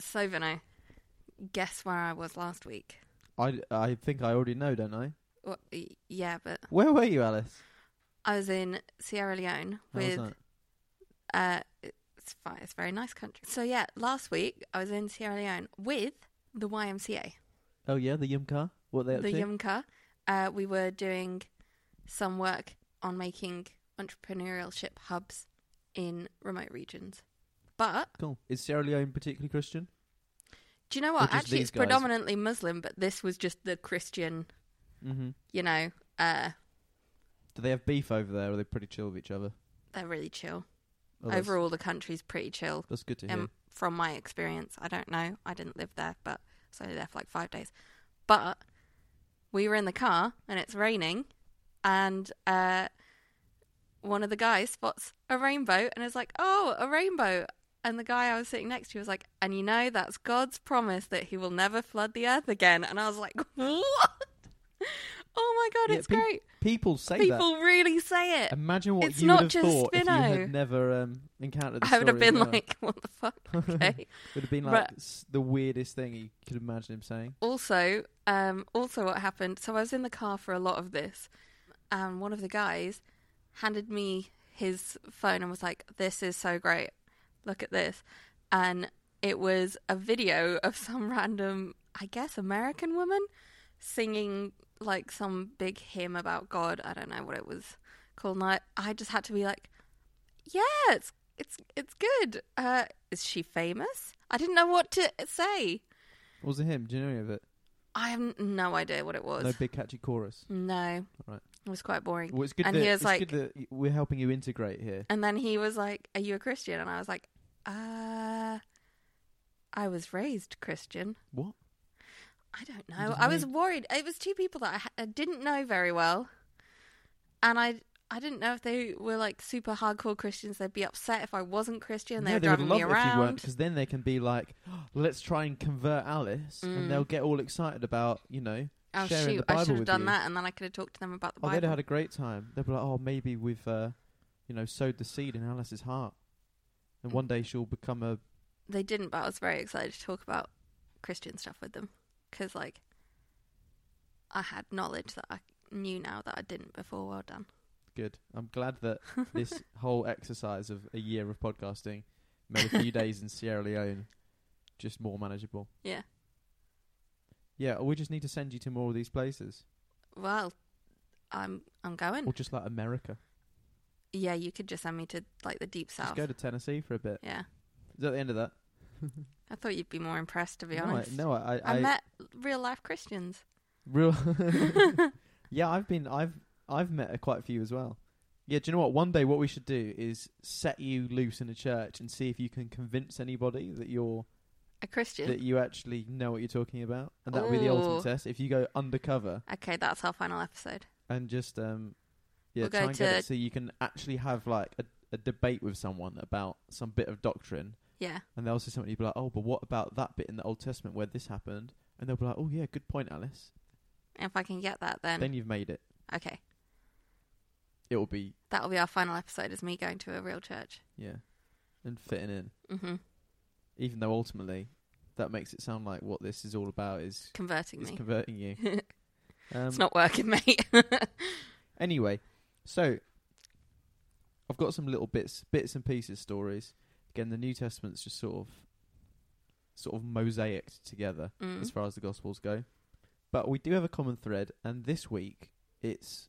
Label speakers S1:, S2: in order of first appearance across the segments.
S1: So Vino, guess where I was last week?
S2: I, I think I already know, don't I?
S1: Well, y- yeah, but
S2: Where were you, Alice?
S1: I was in Sierra Leone
S2: How was
S1: with.
S2: that?
S1: Uh, it's fine. It's a very nice country. So yeah, last week I was in Sierra Leone with the YMCA,
S2: Oh yeah, the Yumka. What they up
S1: the
S2: to?
S1: Yumka. Uh, we were doing some work on making entrepreneurship hubs in remote regions. But
S2: cool. Is Sierra Leone particularly Christian?
S1: do you know
S2: Or
S1: what?
S2: just
S1: Actually,
S2: these
S1: it's
S2: guys.
S1: predominantly Muslim, but this was just the Christian.
S2: Mm-hmm.
S1: You know, uh,
S2: Do they have beef over there? Or are they pretty chill with each other?
S1: they're really chill.
S2: Oh, that's-
S1: Overall, the country's pretty chill.
S2: that's good to hear.
S1: um, from my experience. I don't know. I didn't live there, but I was only there for like five days. But we were in the car and it's raining, and uh, one of the guys spots a rainbow and is like, "Oh, a rainbow!" And the guy I was sitting next to was like, "And you know that's God's promise that He will never flood the earth again." And I was like, "What? Oh my God,
S2: Yeah,
S1: it's
S2: peop-
S1: great!
S2: People say that.
S1: People really say it."
S2: Imagine what
S1: It's
S2: you
S1: not
S2: would have
S1: just
S2: thought if you
S1: Spino.
S2: had never um, encountered. The
S1: I would have
S2: story as
S1: been
S2: well.
S1: like, "What the fuck?" Okay.
S2: It would have been
S1: Right.
S2: like s the weirdest thing you could imagine him saying.
S1: also, um, also what happened? So I was in the car for a lot of this, and one of the guys handed me his phone and was like, "This is so great. Look at this," and it was a video of some random, I guess, American woman singing like some big hymn about God. I don't know what it was called. And I, I just had to be like, "Yeah, it's it's it's good." Uh, is she famous? I didn't know what to say.
S2: Was it him? Do you know any of it?
S1: I have n- no idea what it was.
S2: No
S1: No.
S2: big catchy chorus. Right.
S1: It was quite boring.
S2: Well, it's good,
S1: And
S2: that,
S1: he was
S2: it's
S1: like-
S2: good that y- we're helping you integrate here.
S1: And then he was like, Are you a Christian? And I was like, Uh, I was raised Christian.
S2: What?
S1: I don't
S2: does
S1: know.
S2: it
S1: I was worried. It was two people that I, ha- I didn't know very well. And I. I didn't know if they were like super hardcore Christians. They'd be upset if I wasn't Christian. They
S2: no,
S1: were
S2: they
S1: driving
S2: would
S1: me
S2: love it if you weren't,
S1: around.
S2: because then they can be like, "Let's try and convert Alice,"
S1: Mm.
S2: and they'll get all excited about you know
S1: Oh shoot!
S2: sharing the Bible
S1: I should have
S2: with
S1: done
S2: you.
S1: that, and then I could have talked to them about the
S2: Oh,
S1: Bible.
S2: they'd have had a great time. They'd be like, oh, maybe we've, uh, you know, sowed the seed in Alice's heart. And
S1: Mm.
S2: one day she'll become a.
S1: they didn't, but I was very excited to talk about Christian stuff with them because, like, I had knowledge that I knew now that I didn't before. Well done.
S2: Good. I'm glad that this whole exercise of a year of podcasting made a few days in Sierra Leone just more manageable.
S1: Yeah.
S2: Yeah, or we just need to send you to more of these places.
S1: Well, I'm I'm going.
S2: Or just like America.
S1: Yeah, you could just send me to like the deep
S2: Just
S1: south.
S2: go to Tennessee for a bit.
S1: Yeah,
S2: Is that the end of that?
S1: I thought you'd be more impressed, to be
S2: no,
S1: honest.
S2: I, no, I. I,
S1: I, met real life Christians.
S2: Real. yeah, I've been. I've I've met a quite a few as well. Yeah, do you know what? One day, what we should do is set you loose in a church and see if you can convince anybody that you're
S1: A Christian.
S2: that you actually know what you're talking about, and that would be the
S1: Ooh.
S2: ultimate test. If you go undercover
S1: okay, that's our final episode.
S2: and just um, yeah,
S1: We'll go
S2: try and get
S1: to-
S2: it so you can actually have like a, a debate with someone about some bit of doctrine,
S1: Yeah,
S2: and they'll say something you'll be like, "Oh, but what about that bit in the Old Testament where this happened?" And they'll be like, "Oh yeah, good point, Alice."
S1: if I can get that, then,
S2: Then you've made it.
S1: okay,
S2: It will be
S1: that will be our final episode. Is me going to a real church?
S2: Yeah. And fitting in.
S1: Mm-hmm.
S2: Even though ultimately that makes it sound like what this is all about is
S1: Converting
S2: is
S1: me.
S2: converting you. Um,
S1: it's not working, mate.
S2: anyway, so I've got some little bits bits and pieces stories. Again, the New Testament's just sort of sort of mosaicked together
S1: Mm.
S2: as far as the gospels go. But we do have a common thread and this week it's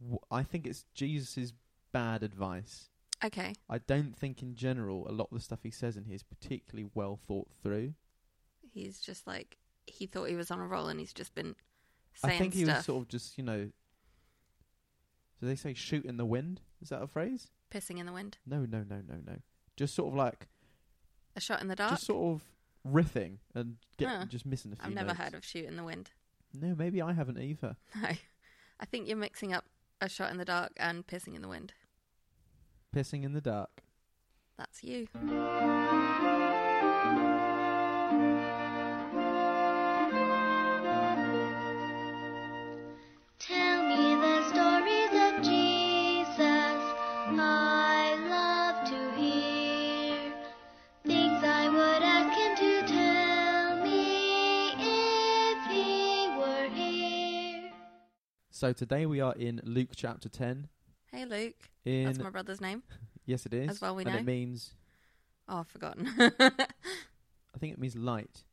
S2: w- I think it's Jesus's bad advice.
S1: Okay.
S2: I don't think in general a lot of the stuff he says in here is particularly well thought through.
S1: He's just like he thought he was on a roll, and he's just been saying
S2: I think he
S1: stuff,
S2: was sort of just, you know. Do they say shoot in the wind? Is that a phrase?
S1: pissing in the wind,
S2: No, no, no, no, no. Just sort of like,
S1: a shot in the dark.
S2: just sort of riffing and get,
S1: Huh.
S2: just missing a few.
S1: I've never
S2: notes.
S1: heard of shoot in the wind.
S2: No, maybe I haven't either.
S1: No, I think you're mixing up a shot in the dark and pissing in the wind.
S2: Pissing in the dark.
S1: That's you.
S3: Tell me the stories of Jesus. I love to hear things I would ask him to tell.
S2: So today we are in Luke chapter 10.
S1: Hey, Luke.
S2: In
S1: That's my brother's name.
S2: yes, it is.
S1: as well we
S2: and
S1: know.
S2: it means
S1: Oh, I've forgotten.
S2: I think it means light,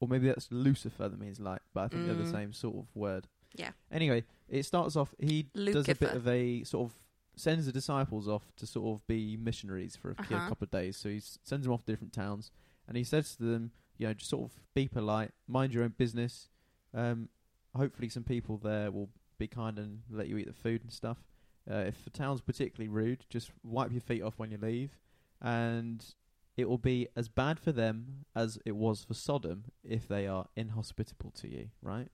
S2: or maybe that's Lucifer that means light, but I think they're the
S1: Mm.
S2: same sort of word.
S1: Yeah.
S2: Anyway, it starts off. He does a bit
S1: Lucifer.
S2: of a sort of sends the disciples off to sort of be missionaries for a few-
S1: Uh-huh.
S2: couple of days. So he s- sends them off to different towns, and he says to them, you know, just sort of be polite, mind your own business. Um, hopefully, some people there will be kind and let you eat the food and stuff. Uh, if the town's particularly rude, just wipe your feet off when you leave, and it will be as bad for them as it was for Sodom if they are inhospitable to you. Right?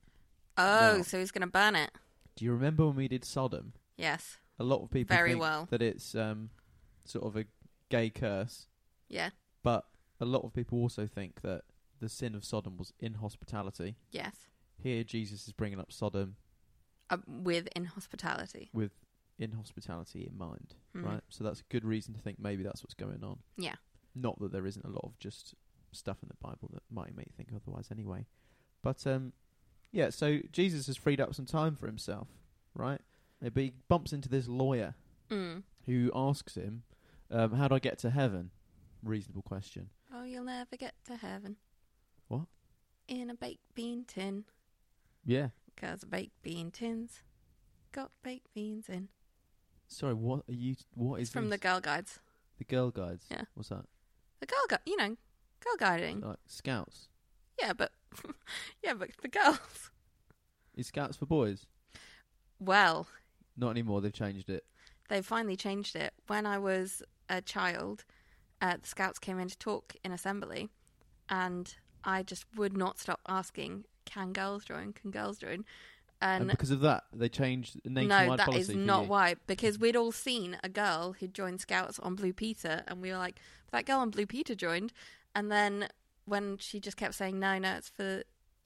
S1: oh,
S2: No.
S1: so he's going to burn it.
S2: Do you remember when we did Sodom?
S1: Yes.
S2: A lot of people
S1: Very
S2: think
S1: well.
S2: that it's um, sort of a gay curse,
S1: Yeah.
S2: but a lot of people also think that the sin of Sodom was inhospitality.
S1: Yes.
S2: Here, Jesus is bringing up Sodom
S1: Uh, with inhospitality.
S2: with inhospitality in mind,
S1: Mhm.
S2: right? So that's a good reason to think maybe that's what's going on.
S1: Yeah.
S2: Not that there isn't a lot of just stuff in the Bible that might make you think otherwise anyway. But um yeah, so Jesus has freed up some time for himself, right? But he bumps into this lawyer
S1: Mm.
S2: who asks him, um, how do I get to heaven? Reasonable question.
S1: Oh, you'll never get to heaven.
S2: What?
S1: In a baked bean tin.
S2: Yeah.
S1: 'Cause baked bean tins got baked beans in.
S2: Sorry, what are you what is
S1: it's from the
S2: this?
S1: Girl Guides.
S2: the girl guides?
S1: Yeah.
S2: What's that?
S1: The Girl Guide, you know, Girl Guiding.
S2: Like scouts.
S1: Yeah, but. yeah, but the girls.
S2: Is scouts for boys?
S1: Well,
S2: Not anymore, they've changed it.
S1: they finally changed it. When I was a child, uh, the scouts came in to talk in assembly, and I just would not stop asking, "Can girls join? Can girls join?"
S2: And,
S1: And,
S2: because of that, they changed the nationwide
S1: no, that
S2: policy.
S1: is
S2: for
S1: not
S2: you.
S1: why. Because we'd all seen a girl who joined scouts on Blue Peter, and we were like, "That girl on Blue Peter joined," and then when she just kept saying, "No, no, it's for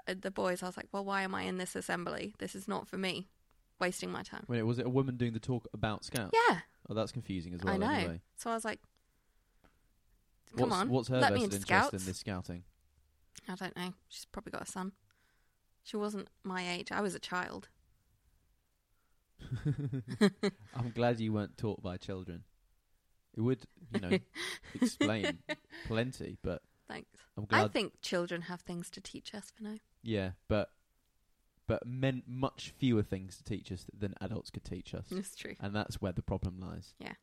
S1: uh, the boys," I was like, "Well, why am I in this assembly? This is not for me. Wasting my time."
S2: Wait, was it a woman doing the talk about scouts?
S1: Yeah.
S2: Oh, that's confusing as well.
S1: I know.
S2: Anyway.
S1: So I was like, "Come
S2: What's,
S1: on,
S2: what's her
S1: let me
S2: vested
S1: into
S2: interest
S1: scouts."
S2: in this scouting?
S1: I don't know. She's probably got a son. She wasn't my age. I was a child.
S2: I'm glad you weren't taught by children. It would, you know, explain plenty, but
S1: Thanks.
S2: I'm glad.
S1: I think children have things to teach us for now.
S2: yeah, but but men much fewer things to teach us than adults could teach us,
S1: It's true.
S2: and that's where the problem lies.
S1: Yeah.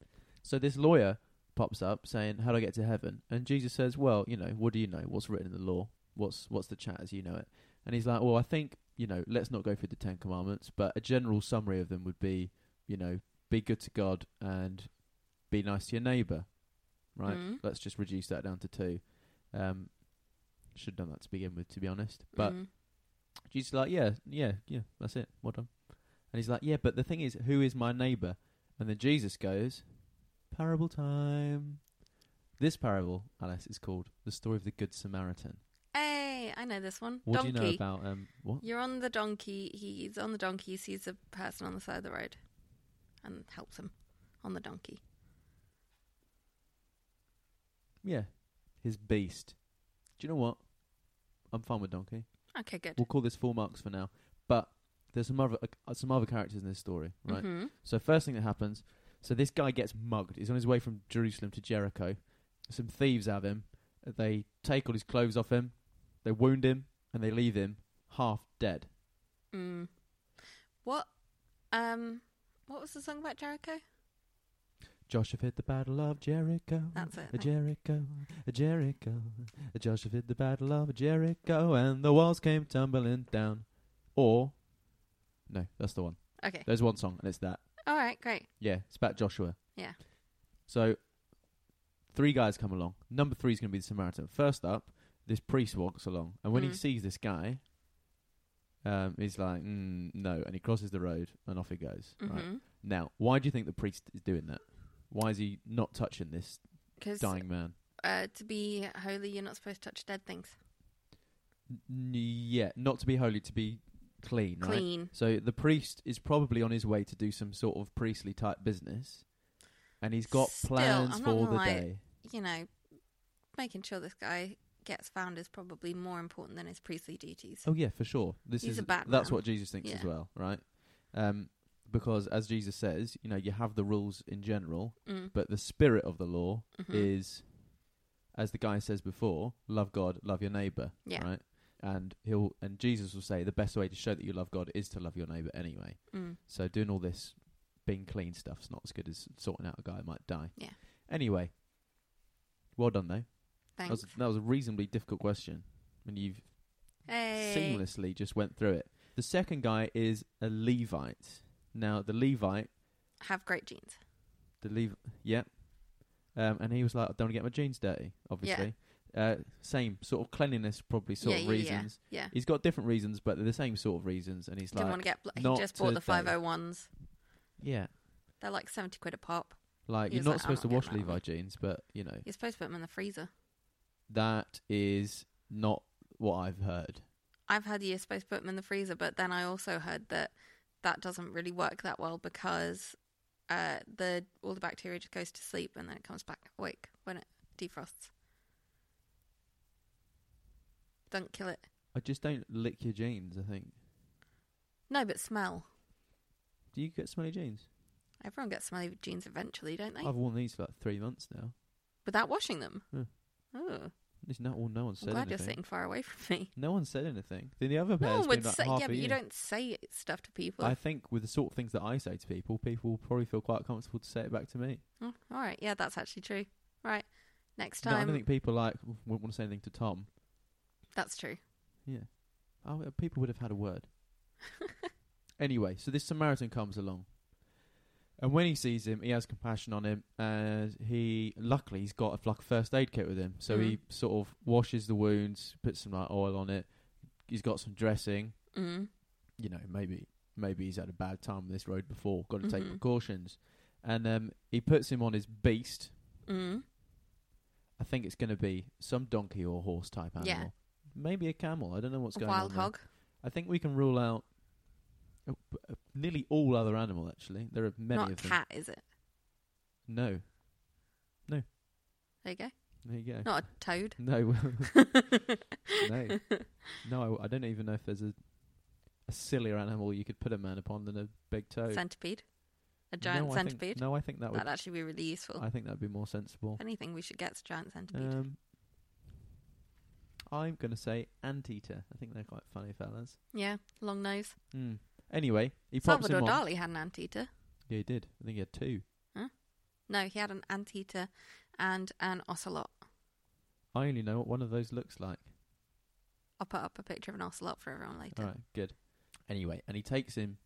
S2: So this lawyer pops up saying, "How do I get to heaven?" And Jesus says, "Well, you know, what do you know? What's written in the law? What's what's the chat as you know it?" And he's like, "Well, I think you know. Let's not go through the Ten Commandments, but a general summary of them would be, you know, be good to God and be nice to your neighbor, right?
S1: Mm.
S2: Let's just reduce that down to two. Um, should have done that to begin with, to be honest. But
S1: Mm.
S2: Jesus is like, yeah, yeah, yeah, that's it. Well done. And he's like, yeah, but the thing is, who is my neighbor? And then Jesus goes, parable time. This parable, Alice, is called the story of the Good Samaritan.
S1: hey, I know this one.
S2: What
S1: donkey.
S2: do you know about um what?
S1: You're on the donkey. He's on the donkey. Sees a person on the side of the road, and helps him on the donkey.
S2: Yeah, his beast. Do you know what? I'm fine with donkey.
S1: Okay, good.
S2: We'll call this four marks for now. But there's some other uh, some other characters in this story, right?
S1: hmm
S2: So first thing that happens, so this guy gets mugged. He's on his way from Jerusalem to Jericho. Some thieves have him. They take all his clothes off him. They wound him and they leave him half dead.
S1: Mm. What? Um, what was the song about Jericho?
S2: Joshua hit the battle of Jericho.
S1: That's it.
S2: A Jericho, a Jericho. A Joshua hit the battle of Jericho and the walls came tumbling down. Or no, that's the one.
S1: Okay.
S2: There's one song and it's that.
S1: All right. Great.
S2: Yeah, it's about Joshua.
S1: Yeah.
S2: So three guys come along. Number three is going to be the Samaritan. First up, this priest walks along, and when he
S1: Mm.
S2: sees this guy, um, he's like, mm, "No," and he crosses the road, and off he goes.
S1: hmm
S2: Right now, why do you think the priest is doing that? Why is he not touching this
S1: Because
S2: dying man?
S1: uh, to be holy, you're not supposed to touch dead things.
S2: N- yeah, not to be holy, to be clean, right?
S1: Clean.
S2: So the priest is probably on his way to do some sort of priestly type business, and he's got
S1: Still,
S2: plans
S1: I'm not
S2: for
S1: gonna
S2: the
S1: lie,
S2: day.
S1: You know, making sure this guy gets found is probably more important than his priestly duties.
S2: Oh yeah, for sure. This
S1: He's
S2: is
S1: a bad
S2: that's
S1: man.
S2: what Jesus thinks as
S1: Yeah.
S2: well, right? Um, because as Jesus says, you know, you have the rules in general,
S1: Mm.
S2: but the spirit of the law
S1: Mhm.
S2: is, as the guy says before, love God, love your neighbor.
S1: Yeah.
S2: Right. And he'll and Jesus will say the best way to show that you love God is to love your neighbor anyway.
S1: Mm.
S2: So doing all this being clean stuff's not as good as sorting out a guy who might die.
S1: Yeah.
S2: Anyway, well done though. That
S1: Thanks.
S2: was, that was a reasonably difficult question, and you've
S1: Hey.
S2: seamlessly just went through it. The second guy is a Levite. Now the Levite,
S1: Have great jeans.
S2: the Lev, yeah, um, and he was like, I don't want to get my jeans dirty. Obviously, uh, same sort of cleanliness, probably sort
S1: yeah,
S2: of
S1: yeah,
S2: reasons.
S1: Yeah.
S2: He's got different reasons, but they're the same sort of reasons. And he's
S1: Didn't
S2: like,
S1: want to get. Bl-
S2: not
S1: he just bought the
S2: today.
S1: five oh ones.
S2: yeah,
S1: They're like seventy quid a pop.
S2: like
S1: He
S2: you're
S1: was
S2: not
S1: like, I'm
S2: supposed
S1: not
S2: to wash
S1: getting that
S2: Levi
S1: one.
S2: jeans, but you know
S1: You're supposed to put them in the freezer.
S2: that is not what I've heard.
S1: I've heard you're supposed to put them in the freezer, but then I also heard that that doesn't really work that well because uh, the all the bacteria just goes to sleep and then it comes back awake when it defrosts. Don't kill it.
S2: I just don't lick your jeans. I think.
S1: No, but smell.
S2: Do you get smelly jeans?
S1: Everyone gets smelly jeans eventually, don't they?
S2: I've worn these for like three months now.
S1: Without washing them.
S2: Yeah.
S1: Oh,
S2: At least no, well, no one
S1: I'm
S2: said
S1: glad you're
S2: anything.
S1: sitting far away from me.
S2: No one said anything. Then the other
S1: No
S2: pair's
S1: one
S2: been
S1: would
S2: like
S1: say.
S2: half
S1: Yeah,
S2: a
S1: but you
S2: year.
S1: don't say stuff to people.
S2: I think with the sort of things that I say to people, people will probably feel quite comfortable to say it back to me.
S1: Oh, all right. Yeah, that's actually true. Right. Next
S2: No, I
S1: time.
S2: don't think people like w- wouldn't want to say anything to Tom.
S1: That's true.
S2: Yeah, oh, uh, people would have had a word. anyway, so this Samaritan comes along, and when he sees him, he has compassion on him, and he luckily he's got a like a first aid kit with him, so he
S1: Mm-hmm.
S2: sort of washes the wounds, puts some like oil on it. He's got some dressing.
S1: Mm.
S2: you know, maybe maybe he's had a bad time on this road before, got to take
S1: Mhm.
S2: precautions. And um, he puts him on his beast.
S1: Mm.
S2: I think it's going to be some donkey or horse type animal.
S1: Yeah.
S2: Maybe a camel. I don't know what's
S1: A
S2: going
S1: wild
S2: on. there.
S1: hog.
S2: I think we can rule out uh, b- uh, nearly all other animal actually. There are many
S1: Not
S2: of them.
S1: cat, is it?
S2: No.
S1: There you go.
S2: There you go.
S1: Not a toad.
S2: No. no. No, I don't even know if there's a a sillier animal you could put a man upon than a big toad.
S1: centipede. A giant
S2: no, I think-
S1: centipede.
S2: no, I think that would
S1: That'd actually be really useful.
S2: I think that would be more sensible.
S1: if anything, we should get a giant centipede.
S2: Um, I'm going to say anteater. I think they're quite funny fellas.
S1: yeah, long nose.
S2: Mm. Anyway, he pops
S1: Salvador
S2: him on.
S1: Dali had an anteater.
S2: Yeah, he did. I think he had two.
S1: No, he had an anteater and an ocelot.
S2: I only know what one of those looks like.
S1: I'll put up a picture of an ocelot for everyone later.
S2: All right, good. Anyway, and he takes him.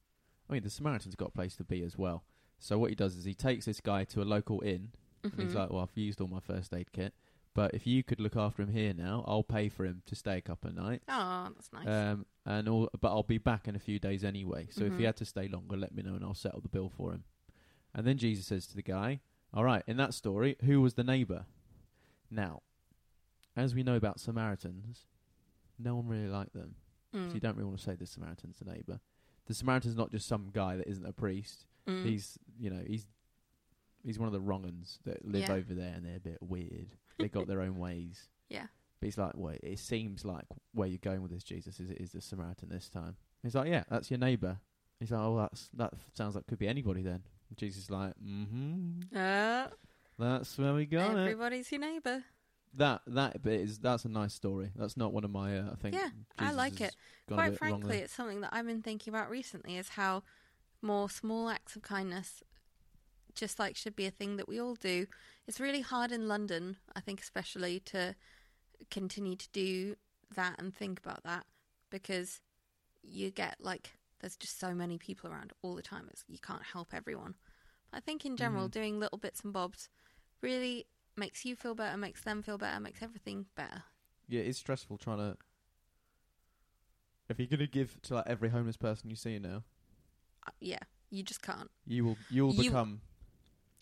S2: I mean, the Samaritan's got a place to be as well. So what he does is he takes this guy to a local inn, and he's
S1: Mhm.
S2: like, "Well, I've used all my first aid kit, but if you could look after him here now, I'll pay for him to stay a couple of nights."
S1: oh, that's nice.
S2: Um, and all, but I'll be back in a few days anyway. So if he
S1: Mhm.
S2: had to stay longer, let me know and I'll settle the bill for him. And then Jesus says to the guy, "All right, in that story, who was the neighbor?" Now, as we know about Samaritans, no one really liked them.
S1: Mm,
S2: So you don't really want to say the Samaritan's the neighbor. The Samaritan's not just some guy that isn't a priest.
S1: mm.
S2: He's, you know, he's he's one of the wrong uns that live
S1: Yeah.
S2: over there and they're a bit weird. They got their own ways.
S1: Yeah.
S2: But he's like, well, it seems like where you're going with this, Jesus, is it is the Samaritan this time. He's like, yeah, that's your neighbour. He's like, oh, that's that f- sounds like could be anybody then. And Jesus is like, mm-hmm,
S1: Uh,
S2: that's where we got it.
S1: everybody's your neighbour.
S2: That that bit is that's a nice story. That's not one of my. Uh, I think.
S1: Yeah, I
S2: Jesus
S1: like
S2: has
S1: it.
S2: gone a
S1: Quite
S2: bit wrong
S1: frankly,
S2: there.
S1: it's something that I've been thinking about recently is how more small acts of kindness just like should be a thing that we all do. It's really hard in London, I think especially to continue to do that and think about that because you get like there's just so many people around all the time. It's you can't help everyone. But I think in general
S2: Mhm.
S1: doing little bits and bobs really makes you feel better, makes them feel better, makes everything better.
S2: Yeah, it's stressful trying to. If you're gonna give to like every homeless person you see now,
S1: Uh, Yeah, you just can't
S2: you will you will
S1: You-
S2: become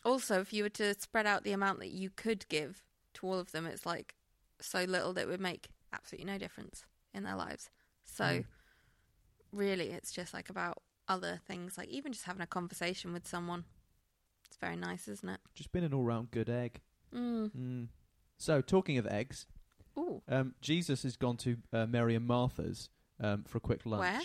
S1: also if you were to spread out the amount that you could give to all of them it's like so little that it would make absolutely no difference in their lives so
S2: Mm.
S1: really it's just like about other things like even just having a conversation with someone it's very nice isn't it
S2: just been an all round good egg.
S1: mm.
S2: Mm. So talking of eggs,
S1: ooh
S2: um, Jesus has gone to uh, Mary and Martha's um, for a quick lunch.
S1: Where?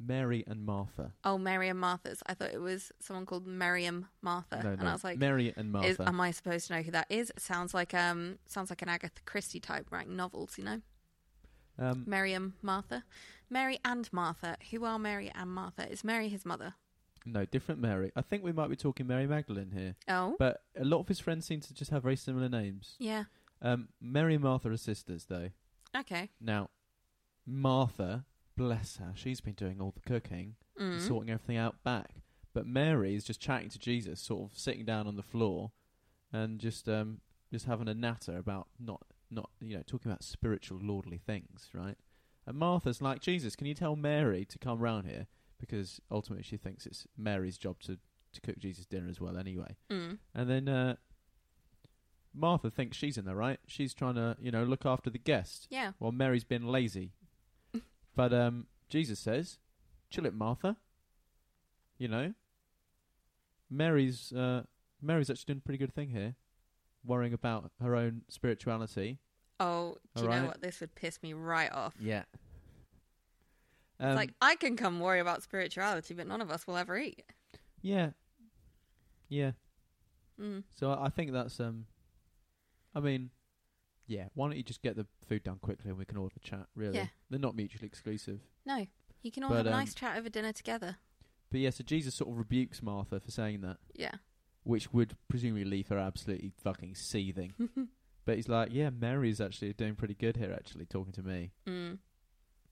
S2: Mary and Martha.
S1: Oh, Mary and Martha's. I thought it was someone called Merriam Martha,
S2: no,
S1: Uh, and
S2: no.
S1: I was like,
S2: Mary and Martha.
S1: is, um, am I supposed to know who that is? It sounds like um, sounds like an Agatha Christie type writing novels, you know.
S2: um,
S1: Merriam Martha, Mary and Martha. Who are Mary and Martha? Is Mary his mother?
S2: no, different Mary. I think we might be talking Mary Magdalene here.
S1: Oh,
S2: But a lot of his friends seem to just have very similar names.
S1: yeah.
S2: Um, Mary and Martha are sisters, though.
S1: Okay.
S2: Now, Martha, bless her, she's been doing all the cooking, and
S1: Mm.
S2: sorting everything out back. But Mary is just chatting to Jesus, sort of sitting down on the floor, and just um, just having a natter about not not you know talking about spiritual lordly things, right? And Martha's like, Jesus, can you tell Mary to come round here? Because ultimately she thinks it's Mary's job to, to cook Jesus' dinner as well, anyway.
S1: Mm.
S2: And then uh, Martha thinks she's in the right. She's trying to, you know, look after the guest
S1: Yeah.
S2: while Mary's been lazy. but um, Jesus says, "Chill it, Martha." You know, Mary's uh, Mary's actually doing a pretty good thing here, worrying about her own spirituality.
S1: Oh, do you know
S2: Alright.
S1: what? This would piss me right off.
S2: Yeah.
S1: It's
S2: Um,
S1: like I can come worry about spirituality, but none of us will ever eat.
S2: yeah, yeah.
S1: Mm.
S2: So I I think that's um, I mean, yeah. Why don't you just get the food done quickly and we can all have a chat? Really,
S1: Yeah.
S2: they're not mutually exclusive.
S1: No, you can all
S2: But,
S1: have a
S2: um,
S1: nice chat over dinner together.
S2: But yeah, so Jesus sort of rebukes Martha for saying that,
S1: Yeah.
S2: which would presumably leave her absolutely fucking seething. but he's like, yeah, Mary's actually doing pretty good here, actually talking to me.
S1: Mm.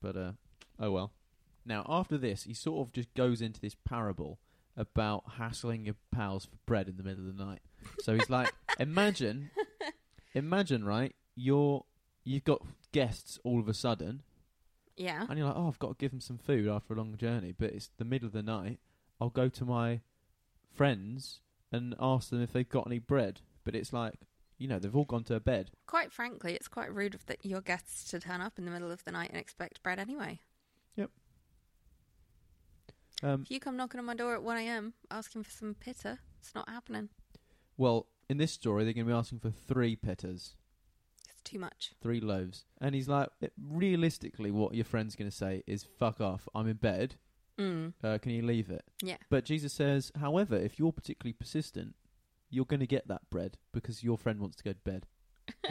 S2: But uh, oh well. Now after this, he sort of just goes into this parable about hassling your pals for bread in the middle of the night. So he's like, imagine, imagine, right? You're you've got guests all of a sudden,
S1: Yeah.
S2: and you're like, oh, I've got to give them some food after a long journey, but it's the middle of the night. I'll go to my friends and ask them if they've got any bread. But it's like, you know, they've all gone to bed.
S1: Quite frankly, it's quite rude of the, your guests to turn up in the middle of the night and expect bread anyway.
S2: Um,
S1: If you come knocking on my door at 1am asking for some pitta, it's not happening.
S2: well, in this story, they're going to be asking for three pitters.
S1: It's too much.
S2: three loaves. And he's like, realistically, what your friend's going to say is, fuck off, I'm in bed.
S1: Mm.
S2: Uh, can you leave it?
S1: Yeah.
S2: But Jesus says, however, if you're particularly persistent, you're going to get that bread because your friend wants to go to bed.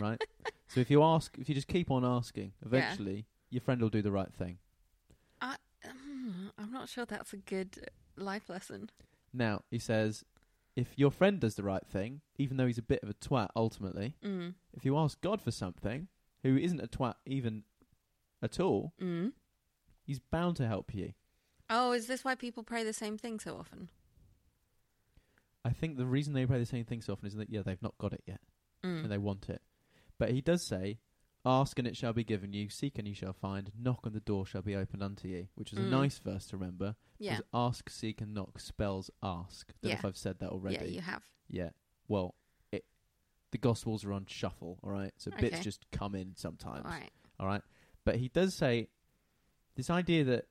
S2: Right? so if you ask, if you just keep on asking, eventually your friend will do the right thing.
S1: Mm, I'm not sure that's a good life lesson.
S2: Now, he says, if your friend does the right thing, even though he's a bit of a twat ultimately,
S1: Mm.
S2: if you ask God for something, who isn't a twat even at all,
S1: Mm.
S2: he's bound to help you.
S1: Oh, is this why people pray the same thing so often?
S2: I think the reason they play the same thing so often is that yeah, they've not got it yet
S1: Mm.
S2: and they want it. But he does say, "Ask and it shall be given you; seek and you shall find; knock and the door shall be opened unto you," which is a
S1: Mm.
S2: nice verse to remember.
S1: yeah.
S2: 'cause ask, seek, and knock spells ask. Don't know
S1: Yeah.
S2: if I've said that already.
S1: Yeah, you have.
S2: Yeah. Well, it, the Gospels are on shuffle, all right. So bits
S1: Okay.
S2: just come in sometimes,
S1: All right.
S2: all right. But he does say this idea that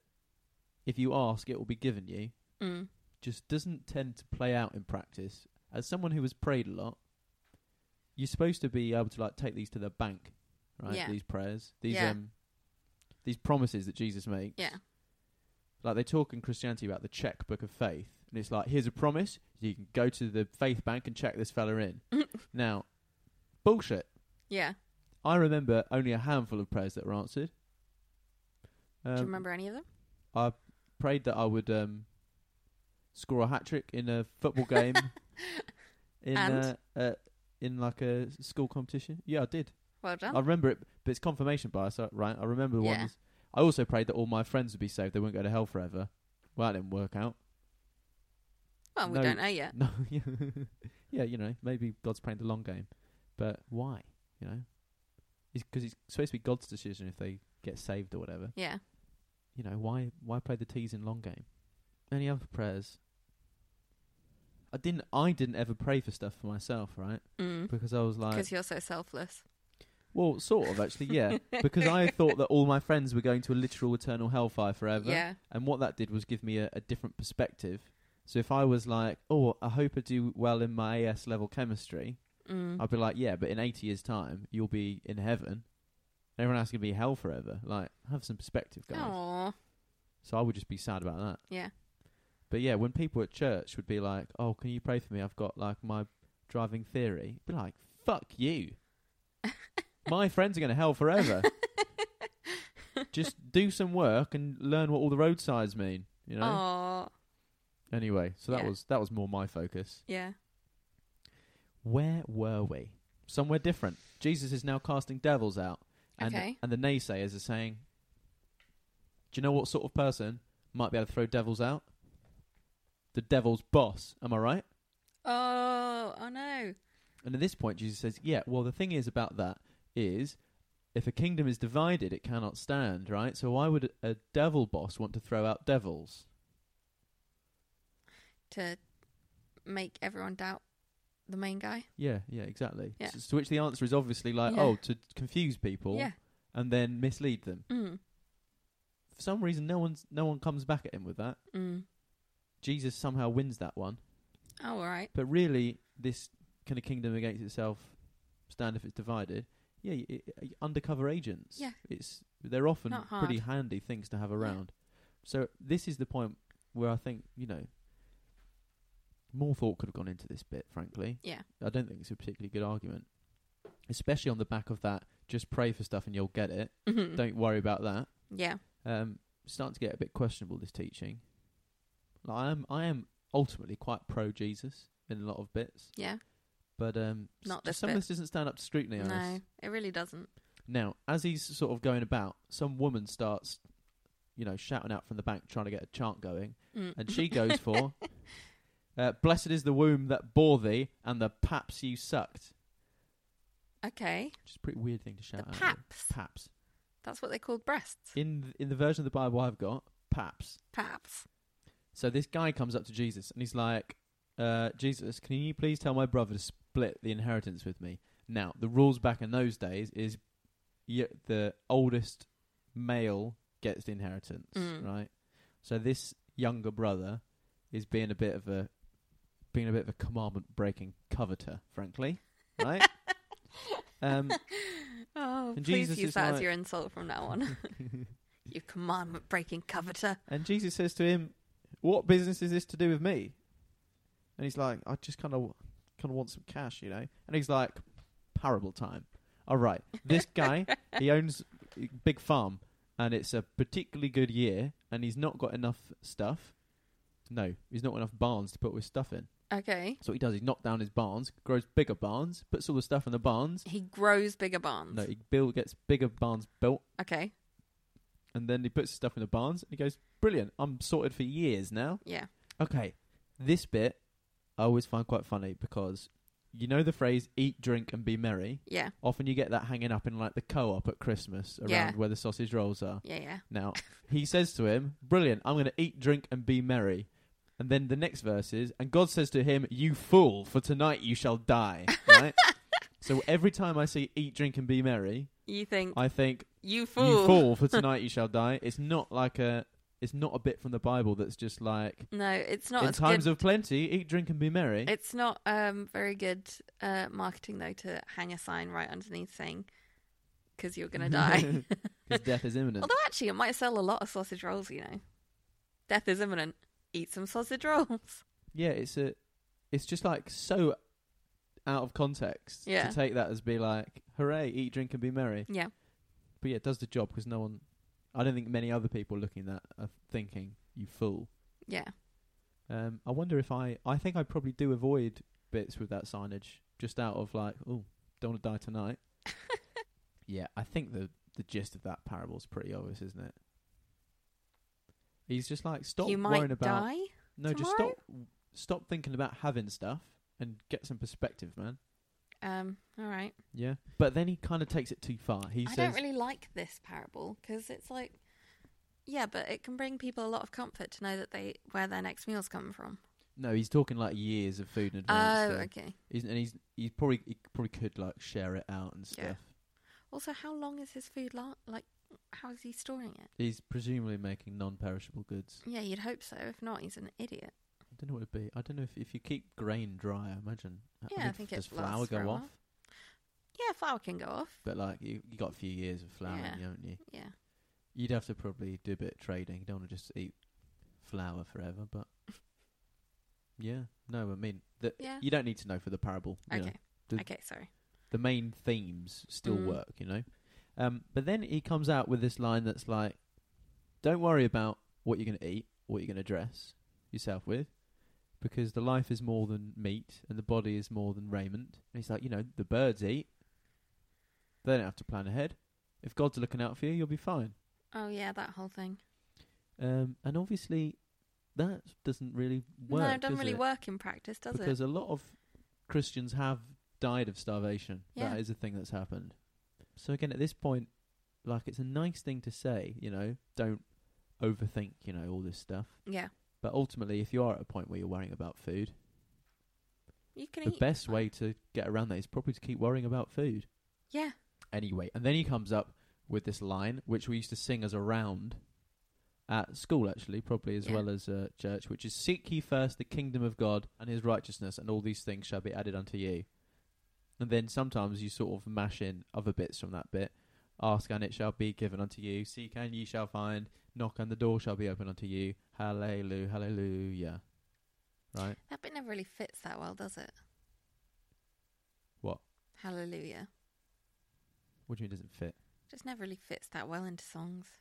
S2: if you ask, it will be given you
S1: Mm.
S2: just doesn't tend to play out in practice. As someone who has prayed a lot, you're supposed to be able to like take these to the bank, right?
S1: Yeah.
S2: These prayers, these
S1: Yeah.
S2: um, these promises that Jesus makes.
S1: Yeah.
S2: Like they talk in Christianity about the checkbook of faith, and it's like here's a promise. You can go to the faith bank and check this fella in. now, bullshit.
S1: Yeah.
S2: I remember only a handful of prayers that were answered.
S1: Do you
S2: Um,
S1: remember any of them?
S2: I prayed that I would um, score a hat trick in a football game in
S1: And?
S2: uh, uh, in like a school competition. Yeah, I did.
S1: Well done.
S2: I remember it, but it's confirmation bias, uh, right? I remember the
S1: Oh. Yeah.
S2: ones. I also prayed that all my friends would be saved; they wouldn't go to hell forever. Well, that didn't work out.
S1: well, we
S2: no.
S1: don't know yet.
S2: No, yeah, you know, maybe God's playing the long game, but why? You know, because it's supposed to be God's decision if they get saved or whatever.
S1: Yeah.
S2: you know, why why play the T's in long game? Any other prayers? I didn't I didn't ever pray for stuff for myself, right?
S1: Mm.
S2: Because I was like
S1: Because you're so selfless.
S2: Well, sort of actually, yeah. because I thought that all my friends were going to a literal eternal hellfire forever.
S1: Yeah.
S2: And what that did was give me a, a different perspective. So if I was like, Oh, I hope I do well in my AS level chemistry
S1: Mm.
S2: I'd be like, Yeah, but in eighty years time you'll be in heaven. Everyone else is gonna be hell forever. Like, have some perspective, guys.
S1: Aw.
S2: So I would just be sad about that.
S1: Yeah.
S2: But yeah, when people at church would be like, "Oh, can you pray for me? I've got like my driving theory." I'd be like, "Fuck you! my friends are going to hell forever. Just do some work and learn what all the road signs mean." You know.
S1: Aw,
S2: Anyway, so that
S1: Yeah.
S2: was that was more my focus.
S1: yeah.
S2: Where were we? Somewhere different. Jesus is now casting devils out, and
S1: Okay.
S2: and the naysayers are saying, "Do you know what sort of person might be able to throw devils out? The devil's boss. Am I right?"
S1: Oh, oh no.
S2: And at this point, Jesus says, Yeah, well, the thing is about that is if a kingdom is divided, it cannot stand, right? So why would a devil boss want to throw out devils?
S1: To make everyone doubt the main guy.
S2: Yeah, yeah, exactly.
S1: Yeah.
S2: S- to which the answer is obviously like,
S1: Yeah.
S2: oh, to confuse people
S1: Yeah.
S2: and then mislead them.
S1: Mm.
S2: For some reason, no one's no one comes back at him with that.
S1: Mm.
S2: Jesus somehow wins that one,
S1: Oh, all right.
S2: but really, this kind of kingdom against itself stand if it's divided. Yeah, y i i undercover agents.
S1: Yeah.
S2: it's they're often
S1: Not
S2: pretty handy things to have around. So this is the point where I think you know more thought could have gone into this bit. Frankly,
S1: Yeah.
S2: I don't think it's a particularly good argument, especially on the back of that. Just pray for stuff and you'll get it.
S1: Mhm.
S2: Don't worry about that.
S1: Yeah.
S2: Um, starting to get a bit questionable. This teaching. Like, I am, I am ultimately quite pro Jesus in a lot of bits,
S1: Yeah.
S2: but um, s-
S1: Not
S2: just
S1: this
S2: some
S1: bit.
S2: of this doesn't stand up to scrutiny. I guess.
S1: No, it really doesn't.
S2: Now, as he's sort of going about, some woman starts, you know, shouting out from the back, trying to get a chant going,
S1: Mm.
S2: and she goes for, uh, "Blessed is the womb that bore thee, and the paps you sucked,"
S1: Okay.
S2: which is a pretty weird thing to shout
S1: The
S2: out. really.
S1: paps.
S2: Paps.
S1: That's what they called breasts.
S2: In th- in the version of the Bible I've got, paps.
S1: Paps.
S2: So this guy comes up to Jesus and he's like, uh, "Jesus, can you please tell my brother to split the inheritance with me?" Now, the rules back in those days is y- the oldest male gets the inheritance,
S1: Mm.
S2: right? So this younger brother is being a bit of a being a bit of a commandment breaking coveter, frankly, right? um,
S1: Oh,
S2: And
S1: please
S2: Jesus
S1: use
S2: is
S1: that as
S2: like-
S1: your insult from now on. you commandment breaking coveter.
S2: And Jesus says to him, "What business is this to do with me?" And he's like, "I just kind of, kind of want some cash, you know." And he's like, "Parable time. All right, this guy, he owns a big farm, and it's a particularly good year, and he's not got enough stuff. No, he's not got enough barns to put all his stuff in.
S1: Okay.
S2: So what he does, he knocks down his barns, grows bigger barns, puts all the stuff in the barns.
S1: He grows bigger barns.
S2: No, he build gets bigger barns built,
S1: Okay.
S2: and then he puts his stuff in the barns, and he goes, "Brilliant! I'm sorted for years now."
S1: Yeah.
S2: Okay, this bit I always find quite funny because you know the phrase "eat, drink, and be merry."
S1: Yeah.
S2: Often you get that hanging up in like the co-op at Christmas around
S1: Yeah.
S2: where the sausage rolls are.
S1: Yeah. Yeah.
S2: Now he says to him, "Brilliant! I'm going to eat, drink, and be merry." And then the next verse is, "And God says to him, You fool! For tonight you shall die." Right. so every time I see "eat, drink, and be merry,"
S1: You think
S2: I think
S1: you
S2: "You
S1: fool.
S2: fool! For tonight you shall die." It's not like a, it's not a bit from the Bible that's just like
S1: No, it's not
S2: in
S1: as
S2: times
S1: good.
S2: of plenty, eat, drink, and be merry.
S1: it's not um very good uh, marketing though to hang a sign right underneath saying because you're gonna die.
S2: because death is imminent.
S1: Although actually, it might sell a lot of sausage rolls. You know, death is imminent. Eat some sausage rolls.
S2: yeah, it's a, it's just like so out of context
S1: Yeah.
S2: to take that as be like, hooray, eat, drink, and be merry.
S1: Yeah.
S2: But yeah, it does the job because no one, I don't think many other people looking at that are thinking, you fool.
S1: Yeah.
S2: Um, I wonder if I, I think I probably do avoid bits with that signage just out of like, oh, don't want to die tonight. yeah, I think the the gist of that parable's pretty obvious, isn't it? He's just like, stop
S1: you
S2: worrying
S1: might
S2: about
S1: die.
S2: No, just
S1: Tomorrow?
S2: stop. Stop thinking about having stuff and get some perspective, man.
S1: Um. All right.
S2: Yeah. But then he kind of takes it too far. He
S1: I
S2: says,
S1: don't really like this parable because it's like, yeah, but it can bring people a lot of comfort to know that they where their next meal's coming from.
S2: "No, he's talking like years of food in
S1: Oh,
S2: advance. though.
S1: okay.
S2: He's, and he's he probably he probably could like share it out and stuff.
S1: Yeah. Also, how long is his food la- like? How is he storing it?
S2: He's presumably making non-perishable goods.
S1: Yeah, you'd hope so. If not, he's an idiot.
S2: I don't know what it'd be. I don't know if if you keep grain dry, I imagine.
S1: Yeah, I
S2: mean,
S1: think it
S2: does flour
S1: lasts for
S2: go
S1: a
S2: off?
S1: while. Yeah, flour can go off.
S2: But like you, you got a few years of flour,
S1: Yeah.
S2: in you, haven't you?
S1: Yeah.
S2: You'd have to probably do a bit of trading. You don't want to just eat flour forever, but yeah, no, I mean, the,
S1: Yeah.
S2: you don't need to know for the parable. You know,
S1: Okay.
S2: the-
S1: okay, sorry.
S2: the main themes still
S1: Mm.
S2: work, you know. Um, but then he comes out with this line that's like, "Don't worry about what you're going to eat, what you're going to dress yourself with, because the life is more than meat, and the body is more than raiment." And he's like, "You know, the birds eat; they don't have to plan ahead. If God's looking out for you, you'll be fine."
S1: Oh yeah, that whole thing.
S2: Um, and obviously, that doesn't really work.
S1: no, it doesn't
S2: does
S1: really
S2: it?
S1: work in practice, does
S2: because
S1: it?
S2: a lot of Christians have died of starvation.
S1: Yeah.
S2: That is a thing that's happened. So again, at this point, like it's a nice thing to say, you know, don't overthink, you know, all this stuff.
S1: Yeah,
S2: But ultimately, if you are at a point where you're worrying about food,
S1: you can
S2: the
S1: eat.
S2: best way to get around that is probably to keep worrying about food.
S1: Yeah,
S2: Anyway, and then he comes up with this line, which we used to sing as a round at school, actually, probably as
S1: Yeah.
S2: well as uh, church, which is Seek ye first the kingdom of God and his righteousness, and all these things shall be added unto you. And then sometimes you sort of mash in other bits from that bit. Ask and it shall be given unto you. Seek and ye shall find. Knock and the door shall be opened unto you. Hallelujah, hallelujah. Right?
S1: that bit never really fits that well, does it?
S2: What?
S1: Hallelujah.
S2: What do you mean doesn't fit?
S1: Just never really fits that well into songs.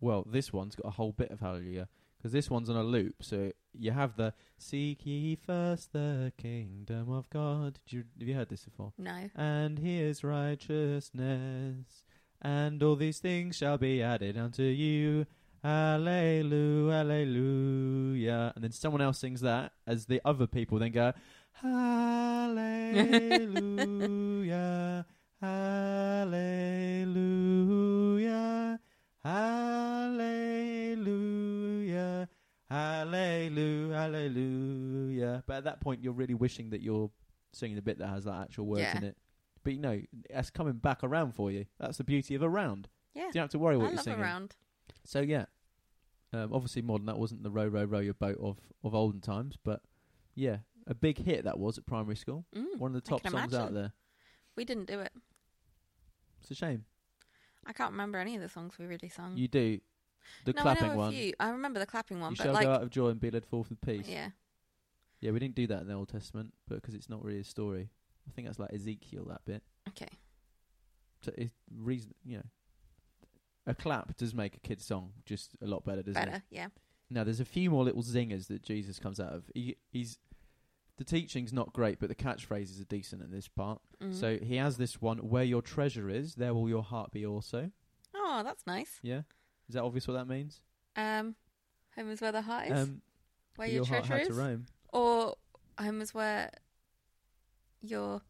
S2: Well, this one's got a whole bit of hallelujah because this one's on a loop. So you have the seek ye first the kingdom of God. Did you, have you heard this before?
S1: No.
S2: And his righteousness, and all these things shall be added unto you. Hallelujah, hallelujah. And then someone else sings that as the other people then go, Hallelujah, hallelujah, hallelujah, hallelujah, hallelujah. But at that point, you're really wishing that you're singing the bit that has that actual words
S1: Yeah.
S2: in it. But you know, that's coming back around for you. That's the beauty of a round.
S1: Yeah.
S2: You don't have to worry what
S1: I
S2: you're
S1: love
S2: singing.
S1: a round.
S2: So yeah, um, obviously modern. That wasn't the row row row your boat of of olden times, but yeah, a big hit that was at primary school.
S1: Mm,
S2: One of the
S1: I
S2: top
S1: can
S2: songs out
S1: imagine.
S2: there.
S1: We didn't do it.
S2: It's a shame.
S1: I can't remember any of the songs we really sung.
S2: You do the
S1: Hmm. no,
S2: clapping
S1: I know a
S2: one.
S1: Few. I remember the clapping one,
S2: you
S1: but
S2: shall
S1: like,
S2: go out of joy and be led forth with peace.
S1: yeah,
S2: Yeah, we didn't do that in the Old Testament, but because it's not really a story. I think that's like Ezekiel that bit.
S1: okay,
S2: So it's reason, you know, a clap does make a kid's song just a lot better, doesn't it?
S1: better, yeah.
S2: Now, there's a few more little zingers that Jesus comes out of. He, he's the teaching's not great, but the catchphrases are decent in this part.
S1: Mm.
S2: So he has this one: "Where your treasure is, there will your heart be also."
S1: oh, that's nice.
S2: Yeah, is that obvious what that means?
S1: Um, home is where the heart is, where your,
S2: Um, heart
S1: treasure
S2: had to
S1: is,
S2: roam.
S1: or home is where your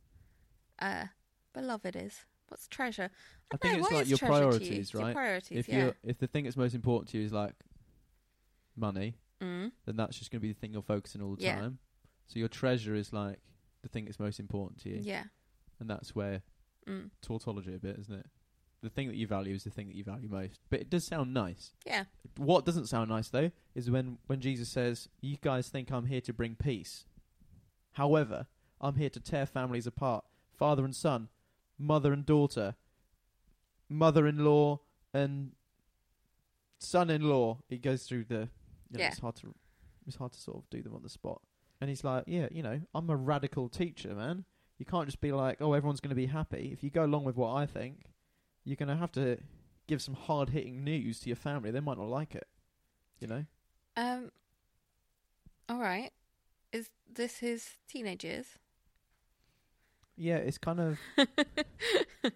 S1: uh beloved is. What's treasure?
S2: I
S1: don't
S2: think
S1: know,
S2: it's
S1: what
S2: like
S1: is
S2: your
S1: treasure to you?
S2: priorities,
S1: It's Your
S2: right?
S1: priorities,
S2: If
S1: yeah.
S2: you if the thing that's most important to you is like money,
S1: Mm.
S2: then that's just going to be the thing you're focusing all the
S1: Yeah.
S2: time. So your treasure is like the thing that's most important to you,
S1: Yeah.
S2: and that's where
S1: Mm.
S2: tautology a bit, isn't it? The thing that you value is the thing that you value most. But it does sound nice.
S1: Yeah.
S2: What doesn't sound nice though is when when Jesus says, "You guys think I'm here to bring peace. However, I'm here to tear families apart, father and son, mother and daughter, mother-in-law and son-in-law." It goes through the you know,
S1: Yeah.
S2: it's hard to it's hard to sort of do them on the spot. And he's like, "Yeah, you know, I'm a radical teacher, man. You can't just be like, "Oh, everyone's going to be happy." If you go along with what I think, you're going to have to give some hard hitting news to your family, they might not like it. You know?
S1: Um. All right. Is this his teenage years?
S2: Yeah, it's kind of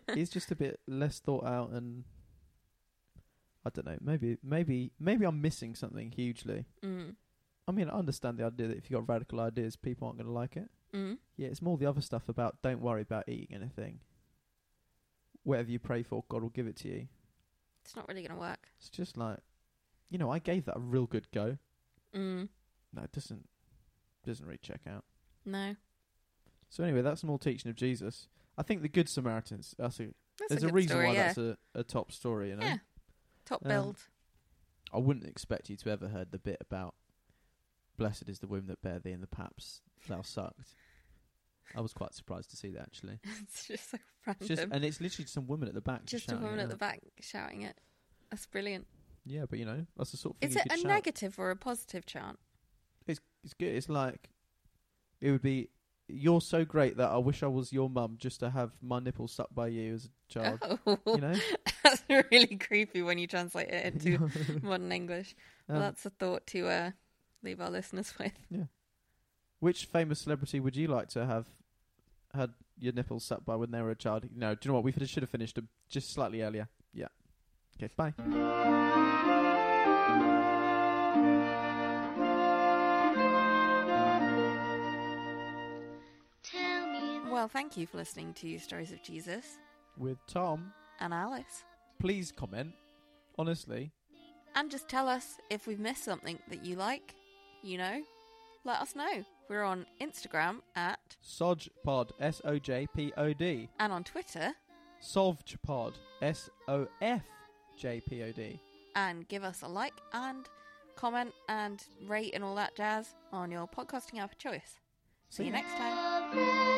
S2: it's just a bit less thought out and I don't know, maybe maybe maybe I'm missing something hugely.
S1: mm.
S2: I mean I understand the idea that if you've got radical ideas people aren't gonna like it.
S1: Mm.
S2: Yeah, it's more the other stuff about don't worry about eating anything. Whatever you pray for, God will give it to you.
S1: It's not really gonna work.
S2: It's just like you know, I gave that a real good go.
S1: Mm.
S2: No, it doesn't doesn't really check out.
S1: No.
S2: So anyway, that's an all teaching of Jesus. I think the Good Samaritans. That's a,
S1: That's
S2: there's a,
S1: good
S2: reason
S1: story,
S2: why
S1: yeah.
S2: that's a, a top story. You know,
S1: Yeah. Top
S2: Um,
S1: build.
S2: I wouldn't expect you to ever heard the bit about "Blessed is the womb that bare thee, and the paps thou sucked." I was quite surprised to see that actually.
S1: it's just so
S2: It's
S1: random.
S2: just
S1: Just,
S2: and it's literally some woman at the back.
S1: a
S2: shouting
S1: woman
S2: it
S1: at the
S2: out.
S1: back shouting it. That's brilliant.
S2: Yeah, but you know, that's the sort of thing.
S1: Is
S2: you
S1: it
S2: could
S1: a
S2: shout.
S1: negative or a positive chant?
S2: It's it's good. It's like it would be. You're so great that I wish I was your mum just to have my nipples sucked by you as a child.
S1: Oh,
S2: You know,
S1: that's really creepy when you translate it into modern English. Well,
S2: Um,
S1: that's a thought to uh, leave our listeners with.
S2: which famous celebrity would you like to have had your nipples sucked by when they were a child? No, do you know what? We should have finished them just slightly earlier. Yeah. Okay. Bye.
S3: Tell me
S1: Well, thank you for listening to Stories of Jesus
S2: With Tom,
S1: and Alice.
S2: please comment. Honestly,
S1: And just tell us if we've missed something that you like, you know, let us know. We're on Instagram at
S2: Sojpod. S O J P O D.
S1: and on Twitter
S2: Sovjpod. S O F J P O D.
S1: and give us a like and comment and rate and all that jazz on your podcasting app of choice. See you next time.
S3: the praise.